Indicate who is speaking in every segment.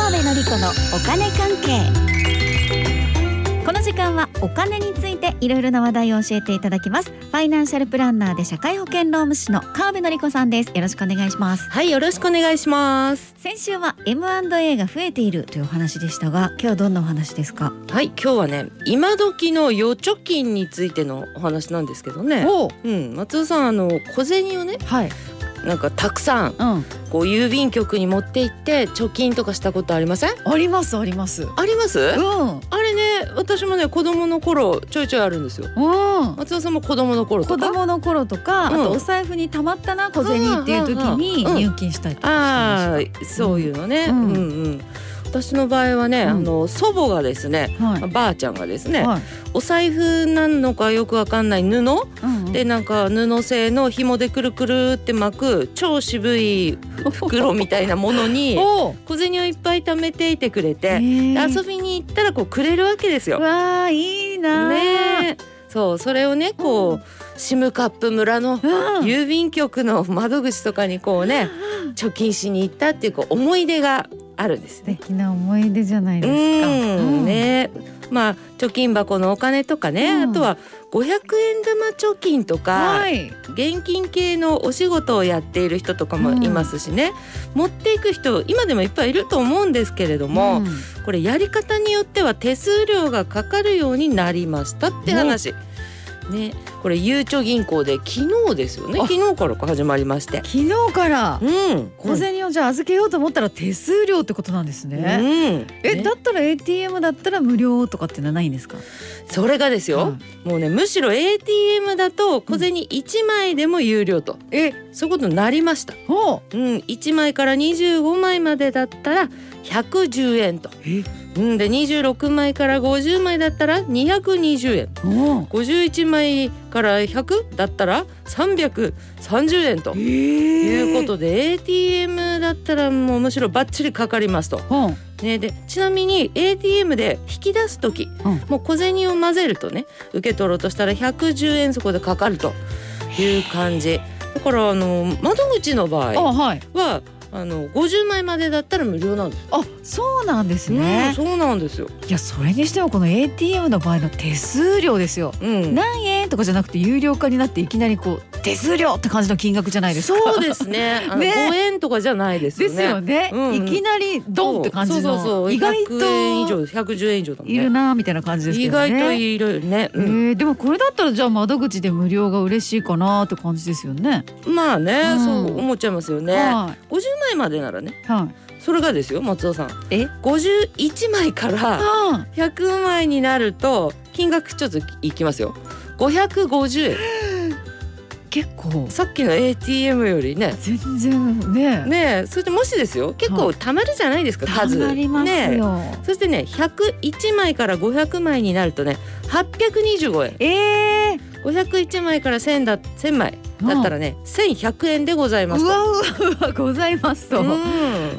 Speaker 1: のお金関係この時間はお金についていろいろな話題を教えていただきますファイナンシャルプランナーで社会保険労務士の川辺典子さんですよろしくお願いします
Speaker 2: はいよろしくお願いします
Speaker 1: 先週は M&A が増えているというお話でしたが今日はどんなお話ですか
Speaker 2: はい今日はね今時の預貯金についてのお話なんですけどね
Speaker 1: おう
Speaker 2: うん松尾さんあの小銭をね
Speaker 1: はい
Speaker 2: なんかたくさん
Speaker 1: うん
Speaker 2: こう郵便局に持って行って貯金とかしたことありません
Speaker 1: ありますありますうん
Speaker 2: あります
Speaker 1: うん
Speaker 2: あれね私もね子供の頃ちょいちょいあるんですよ松尾さんも子供の頃と
Speaker 1: 子
Speaker 2: か
Speaker 1: 供の頃とか、
Speaker 2: うん
Speaker 1: あとお財布にたまったな小銭っていう時に
Speaker 2: うんうんうん
Speaker 1: 入金したりと
Speaker 2: あ
Speaker 1: かしてまし
Speaker 2: あそういうのね、
Speaker 1: う
Speaker 2: うんん、うん私の場合はね、
Speaker 1: うん
Speaker 2: あの祖母がですね
Speaker 1: た。はい。
Speaker 2: ばあちゃんがですね、
Speaker 1: はい。
Speaker 2: お財布なんのかよくわかんない布
Speaker 1: うんうん
Speaker 2: でなんか布製の紐でくるくるって巻く超渋い袋みたいなもの に
Speaker 1: おー
Speaker 2: 小銭をいっぱい貯めていてくれ
Speaker 1: え
Speaker 2: て、
Speaker 1: ー
Speaker 2: で遊びに行ったらこうくれるわけですよ。ね
Speaker 1: わあいいな。。
Speaker 2: えそうそれをねこう、
Speaker 1: うん
Speaker 2: シムカップ村
Speaker 1: う
Speaker 2: の
Speaker 1: ん。
Speaker 2: 郵便局の窓口とかにこうね貯金しに行ったっていうこう思い出があるんです
Speaker 1: 素
Speaker 2: ね。
Speaker 1: 敵な思い出じゃないうですか。
Speaker 2: んねまあ貯金箱のお金とかね、
Speaker 1: うん
Speaker 2: あとは500円玉貯金とか、
Speaker 1: はい。
Speaker 2: 現金系のお仕事をやっている人とかもいますしね、持っていく人今でもいっぱいいると思うんですけれども、
Speaker 1: ん
Speaker 2: これやり方によっては手数料がかかるようになりましたって話。ね、これゆうちょ銀行で昨日ですよね
Speaker 1: あ
Speaker 2: 昨日からか始まりまして
Speaker 1: 昨日から
Speaker 2: うん
Speaker 1: 小銭をじゃあ預けようと思ったら手数料ってことなんです
Speaker 2: う
Speaker 1: ね。
Speaker 2: ん
Speaker 1: え
Speaker 2: ね
Speaker 1: だったら ATM だったら無料とかってのはないんですか。
Speaker 2: それがです
Speaker 1: う
Speaker 2: よ
Speaker 1: ん、
Speaker 2: もうねむしろ ATM だと小銭1枚でも有料と、
Speaker 1: え
Speaker 2: そういうことになりました
Speaker 1: お
Speaker 2: うん、1枚から25枚までだったら110円と。
Speaker 1: え
Speaker 2: うん、で26枚から50枚だったら220円
Speaker 1: おう
Speaker 2: 51枚から100だったら330円と
Speaker 1: えー
Speaker 2: いうことで ATM だったらもうむしろバッチリかかりますと。
Speaker 1: うん
Speaker 2: ね、でちなみに ATM で引き出す時、
Speaker 1: うん
Speaker 2: もう小銭を混ぜるとね受け取ろうとしたら110円そこでかかるという感じ。だからあの窓口の場合
Speaker 1: あはい。
Speaker 2: はあの50枚までだったら無料なんです。
Speaker 1: あそうなんです
Speaker 2: うん
Speaker 1: ね。
Speaker 2: そうなんですよ。
Speaker 1: いやそれにしてもこの ATM の場合の手数料ですよ。
Speaker 2: うん。
Speaker 1: 何円とかじゃなくて有料化になっていきなりこう手数料って感じの金額じゃないですか。
Speaker 2: そうで すね。あの
Speaker 1: ね
Speaker 2: 5円とかじゃないです
Speaker 1: で
Speaker 2: よ
Speaker 1: す
Speaker 2: ね。
Speaker 1: よね、
Speaker 2: うんうん
Speaker 1: いきなりドンって感じ
Speaker 2: そうそうそ
Speaker 1: の
Speaker 2: う
Speaker 1: 意外
Speaker 2: 100円以
Speaker 1: と
Speaker 2: 上110円以上だもんね。
Speaker 1: いるなみたいな感じですけ
Speaker 2: 意
Speaker 1: どね。
Speaker 2: 外といるね。
Speaker 1: え
Speaker 2: うん
Speaker 1: ーでもこれだったらじゃあ窓口で無料が嬉しいかなって感じですよね。
Speaker 2: まあね、
Speaker 1: うん
Speaker 2: そう思っちゃいますよね。
Speaker 1: は
Speaker 2: 50枚までならね、
Speaker 1: いはい。
Speaker 2: それがですよ、松尾さん。
Speaker 1: え
Speaker 2: 51枚から
Speaker 1: あ
Speaker 2: 100枚になると金額ちょっといきますよ。550円。
Speaker 1: 結構
Speaker 2: さっきの ATM よりね。
Speaker 1: 全然ね
Speaker 2: ねえそれでもしですよ結構たまるじゃないですか
Speaker 1: た
Speaker 2: 数
Speaker 1: まります
Speaker 2: ね
Speaker 1: よ。
Speaker 2: えそしてね101枚から500枚になるとね825円
Speaker 1: ええ
Speaker 2: 501枚から1000だ1000枚
Speaker 1: うん
Speaker 2: だったらね1100円でございます
Speaker 1: う
Speaker 2: と
Speaker 1: わうわございますと。
Speaker 2: うん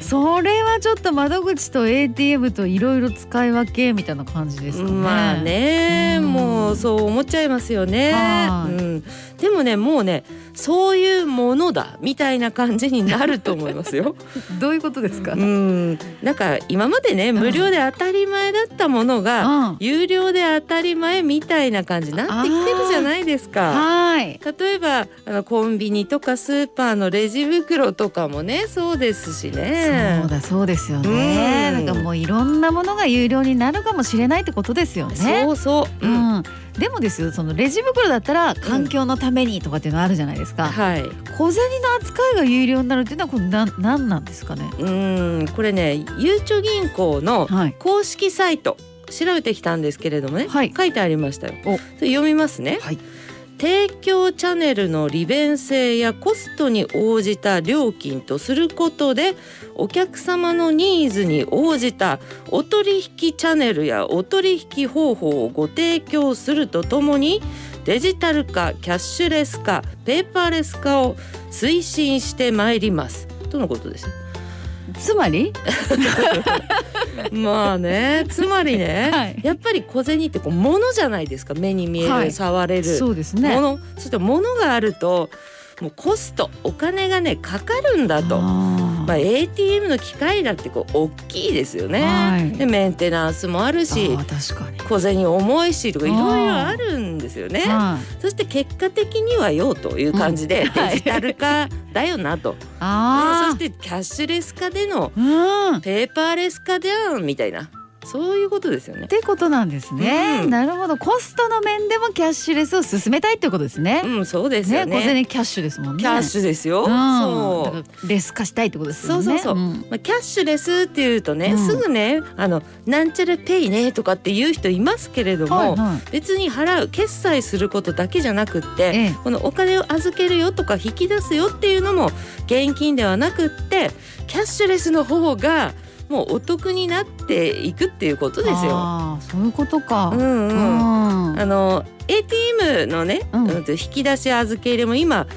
Speaker 1: それはちょっと窓口と ATM といろいろ使い分けみたいな感じですかね。
Speaker 2: まあね、
Speaker 1: うん
Speaker 2: もうそう思っちゃいますよね、
Speaker 1: はい
Speaker 2: うん、でもねもうねそういうものだみたいな感じになると思います よ。
Speaker 1: どういうことですか。
Speaker 2: うん、なんか今までね無料で当たり前だったものが、
Speaker 1: うん
Speaker 2: 有料で当たり前みたいな感じになってきてるじゃないですか。
Speaker 1: はい。
Speaker 2: 例えばあのコンビニとかスーパーのレジ袋とかもねそうですしね
Speaker 1: そう。だそうですよね。な
Speaker 2: うんん
Speaker 1: かもういろんなものが有料になるかもしれないってことですよね。
Speaker 2: そうそう、うん
Speaker 1: ん。でもですよそのレジ袋だったら環境のためにとかっていうのあるじゃないですか。
Speaker 2: はい、
Speaker 1: 小銭の扱いが有料になるっていうのはこれなんなんなんですかね。
Speaker 2: うんこれねゆうちょ銀行の
Speaker 1: はい。
Speaker 2: 公式サイト調べてきたんですけれどもね、
Speaker 1: はい
Speaker 2: 書いてありましたよ。
Speaker 1: お
Speaker 2: それ読みますね、
Speaker 1: はい
Speaker 2: 提供チャンネルの利便性やコストに応じた料金とすることでお客様のニーズに応じたお取引チャンネルやお取引方法をご提供するとともにデジタル化キャッシュレス化ペーパーレス化を推進してまいりますとのことです。
Speaker 1: つまり。
Speaker 2: まあねつまりね、
Speaker 1: はい
Speaker 2: やっぱり小銭ってこう物じゃないですか目に見える、
Speaker 1: はい
Speaker 2: 触れる
Speaker 1: そうです
Speaker 2: も
Speaker 1: ね。
Speaker 2: の、そして物があるともうコストお金がねかかるんだと
Speaker 1: あー
Speaker 2: まあ、ATM の機械だってこう大きいですよね、
Speaker 1: はい
Speaker 2: でメンテナンスもあるし
Speaker 1: あー確かに。
Speaker 2: 小銭重いしとかい
Speaker 1: あー
Speaker 2: ろいろあるんですよね。
Speaker 1: はい
Speaker 2: そして結果的にはようという感じで
Speaker 1: うんはい
Speaker 2: デジタル化だよなと、
Speaker 1: あ
Speaker 2: そし
Speaker 1: ー
Speaker 2: てキャッシュレス化での
Speaker 1: うん。っ
Speaker 2: ペーパーレス化であんみたいなそういうことですよね。
Speaker 1: てことなんですね、
Speaker 2: うん
Speaker 1: なるほどコストの面でもキャッシュレスを進めたいってことですね,、
Speaker 2: うんそうです
Speaker 1: ね
Speaker 2: よ
Speaker 1: 小
Speaker 2: ね。
Speaker 1: 銭キャッシュですもんね
Speaker 2: キャッシュですよ。
Speaker 1: うん、
Speaker 2: そう
Speaker 1: だからレス化したいってことですよね
Speaker 2: そうそうそうんまあ、キャッシュレスっていうとね、
Speaker 1: うん
Speaker 2: すぐねあのなんちゃらペイねとかっていう人いますけれども、
Speaker 1: はいはい
Speaker 2: 別に払う決済することだけじゃなくって、
Speaker 1: ええ
Speaker 2: このお金を預けるよとか引き出すよっていうのも現金ではなくってキャッシュレスの方がもうお得になっていくっていうことですよ。
Speaker 1: あーそういうことか
Speaker 2: う。ん
Speaker 1: う
Speaker 2: うん
Speaker 1: ん
Speaker 2: あの ATM のね、
Speaker 1: うん
Speaker 2: うんと引き出し預け入れも今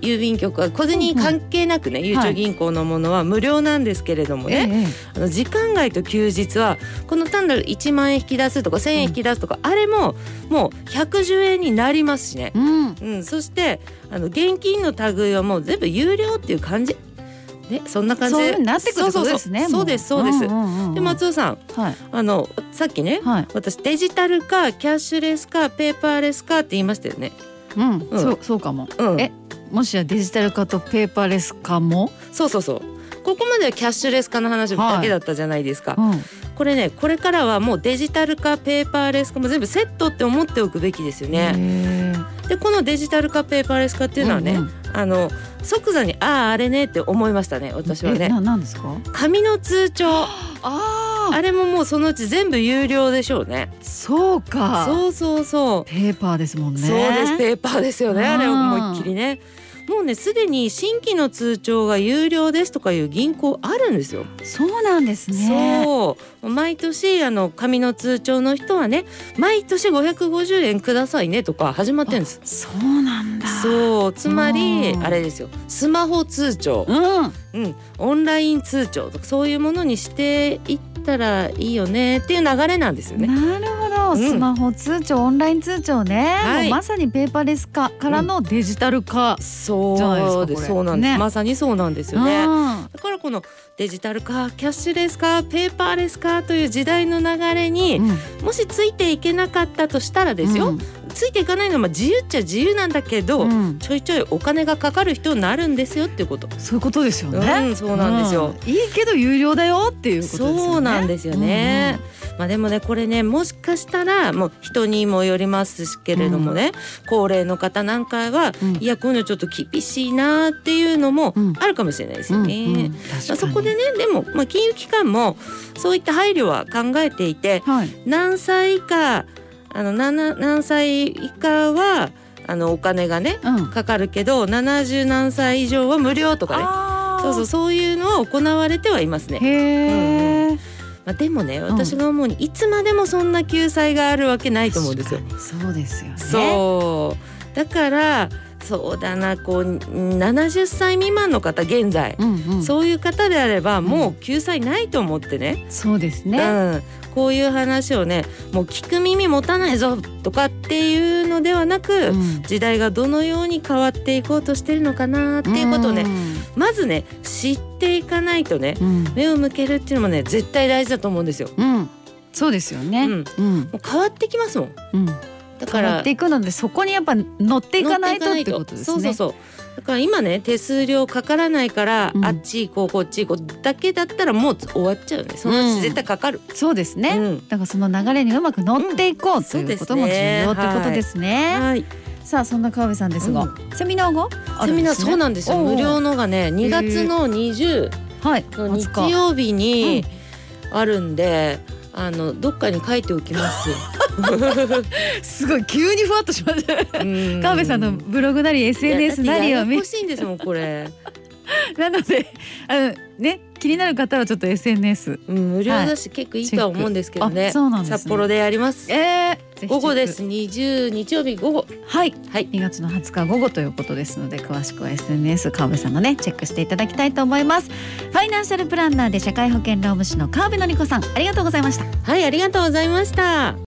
Speaker 2: 郵便局は小銭関係なくね、ゆうちょ銀行のものは無料なんですけれどもね、
Speaker 1: ええ
Speaker 2: あの時間外と休日はこの単なる1万円引き出すとか1,000円引き出すとか、あれももう110円になりますしね、
Speaker 1: うん、
Speaker 2: うん、そしてあの現金の類はもう全部有料っていう感じねそんな感じ
Speaker 1: そう
Speaker 2: で
Speaker 1: いうふうになってくるってことですね。
Speaker 2: そうそうそうですそうです、
Speaker 1: もうんうんうん
Speaker 2: で松尾さん
Speaker 1: はい
Speaker 2: あのさっきね
Speaker 1: はい、
Speaker 2: 私デジタルかキャッシュレスかペーパーレスかって言いましたよね。
Speaker 1: うん、
Speaker 2: ん
Speaker 1: そうそうかも。
Speaker 2: うん、
Speaker 1: えもしやデジタル化とペーパーレス化も、
Speaker 2: そうそうそう。ここまではキャッシュレス化の話だけだったじゃないですか。
Speaker 1: うん、
Speaker 2: これねこれからはもうデジタル化ペーパーレス化も全部セットって思っておくべきですよね。
Speaker 1: ね、
Speaker 2: でこのデジタル化ペーパーレス化っていうのはね、
Speaker 1: うんうん
Speaker 2: あの即座にあああれねって思いましたね私は
Speaker 1: え
Speaker 2: ね。
Speaker 1: ななんですか？
Speaker 2: 紙の通帳
Speaker 1: ああ
Speaker 2: あれももうそのうち全部有料でしょうね。
Speaker 1: そうか。
Speaker 2: そうそうそう。
Speaker 1: ペーパーですもんね。
Speaker 2: そうですペーパーですよねあれ
Speaker 1: うん
Speaker 2: 思いっきりね。もうねすでに新規の通帳が有料ですとかいう銀行あるんですよ。
Speaker 1: そうなんですね。
Speaker 2: そう毎年あの紙の通帳の人はね毎年550円くださいねとか始まってるんです。
Speaker 1: そうそうなんだ。
Speaker 2: そうつまり
Speaker 1: うん
Speaker 2: あれですよスマホ通帳、
Speaker 1: うん。
Speaker 2: うん、オンライン通帳とかそういうものにしていったらいいよねっていう流れなんですよね。
Speaker 1: なるほど、
Speaker 2: うん
Speaker 1: スマホ通帳オンライン通帳ね、
Speaker 2: はい
Speaker 1: もうまさにペーパーレス化からのデジタル化、
Speaker 2: そ
Speaker 1: じゃないですか
Speaker 2: う
Speaker 1: こ
Speaker 2: で
Speaker 1: れ
Speaker 2: すそうなんです、
Speaker 1: ね
Speaker 2: まさにそうなんです
Speaker 1: う
Speaker 2: よね。
Speaker 1: ん
Speaker 2: だからこのデジタル化キャッシュレス化ペーパーレス化という時代の流れにもしついていけなかったとしたらですよ、
Speaker 1: うん
Speaker 2: ついていかないのはまあ自由っちゃ自由なんだけど、
Speaker 1: うん
Speaker 2: ちょいちょいお金がかかる人になるんですよっていうこと。
Speaker 1: そういうことですよ
Speaker 2: う
Speaker 1: ね、
Speaker 2: ん、そうなんですよ。
Speaker 1: うんいいけど有料だよっていうことですよね
Speaker 2: そうなんですよね、まあでもねこれねもしかしたらもう人にもよりますけれどもね、高齢の方なんかは
Speaker 1: うんうん
Speaker 2: いやこういうのちょっと厳しいなっていうのも
Speaker 1: うん
Speaker 2: あるかもしれないです
Speaker 1: う
Speaker 2: よ
Speaker 1: ん
Speaker 2: ね。
Speaker 1: うん
Speaker 2: まあ
Speaker 1: 確か
Speaker 2: そ
Speaker 1: に
Speaker 2: こでねでも、まあ、金融機関もそういった配慮は考えていて、
Speaker 1: はい
Speaker 2: 何歳以下あのなな何歳以下はあのお金がね
Speaker 1: うん
Speaker 2: かかるけど70何歳以上は無料とかね
Speaker 1: あー
Speaker 2: そうそうそういうのは行われてはいますね、
Speaker 1: へー
Speaker 2: まあ、でもね私が思うにいつまでもそんな救済があるわけないと思うんですよ。
Speaker 1: 確かにそうですよね
Speaker 2: そうだからそうだなこう70歳未満の方現在、
Speaker 1: う,、んうん、そう
Speaker 2: そういう方であれば
Speaker 1: ん
Speaker 2: もう救済ないと思ってね、
Speaker 1: ですね、
Speaker 2: うん、こういう話をねもう聞く耳持たないぞとかっていうのではなく、
Speaker 1: うん
Speaker 2: 時代がどのように変わっていこうとしてるのかなっていうことをね、まずね知っていかないとね
Speaker 1: うん
Speaker 2: 目を向けるっていうのもね絶対大事だと思うんですよ。
Speaker 1: うん、うんそうですよね、
Speaker 2: うん
Speaker 1: うん
Speaker 2: もう変わってきますもん
Speaker 1: うん、
Speaker 2: だか
Speaker 1: 変わ
Speaker 2: ら
Speaker 1: っていくのでそこにやっぱ乗っていかないとってことですね。
Speaker 2: そうそうそうだから今ね手数料かからないから、
Speaker 1: うん
Speaker 2: あっち行こうこっち行こうだけだったらもう終わっちゃうよねそのうち絶対かかる、
Speaker 1: そうですね。
Speaker 2: うん
Speaker 1: だからその流れにうまく乗っていこう、
Speaker 2: うん
Speaker 1: と
Speaker 2: そう
Speaker 1: い
Speaker 2: で
Speaker 1: う
Speaker 2: す
Speaker 1: こ
Speaker 2: ね
Speaker 1: とも重要ということですね。
Speaker 2: はい
Speaker 1: さあそんな川辺さんですが、
Speaker 2: う
Speaker 1: セミナーがあ
Speaker 2: セ
Speaker 1: るん
Speaker 2: ミナ
Speaker 1: で
Speaker 2: ー
Speaker 1: すね。
Speaker 2: そうなんですよ
Speaker 1: おうおう
Speaker 2: 無料のがね2月の20
Speaker 1: はい。
Speaker 2: の
Speaker 1: 20日
Speaker 2: 日曜日にあるんで、あのどっかに書いてお きます。
Speaker 1: すごい急にふわっとしました。
Speaker 2: 川
Speaker 1: 川辺さんのブログなり SNS なりを見
Speaker 2: 欲しいんですもんこれ。
Speaker 1: なのであのね気になる方はちょっと SNS
Speaker 2: うん無料だし、結構いいとは思うんですけど
Speaker 1: あ
Speaker 2: ね。
Speaker 1: そうなんですね
Speaker 2: 札幌でやります。
Speaker 1: えー、
Speaker 2: 午後です20日曜日午後
Speaker 1: はい
Speaker 2: はい
Speaker 1: 2月の20日午後ということですので詳しくは SNS 川辺さんのねチェックしていただきたいと思いますファイナンシャルプランナーで社会保険労務士の川辺典子さんありがとうございました
Speaker 2: はいありがとうございました。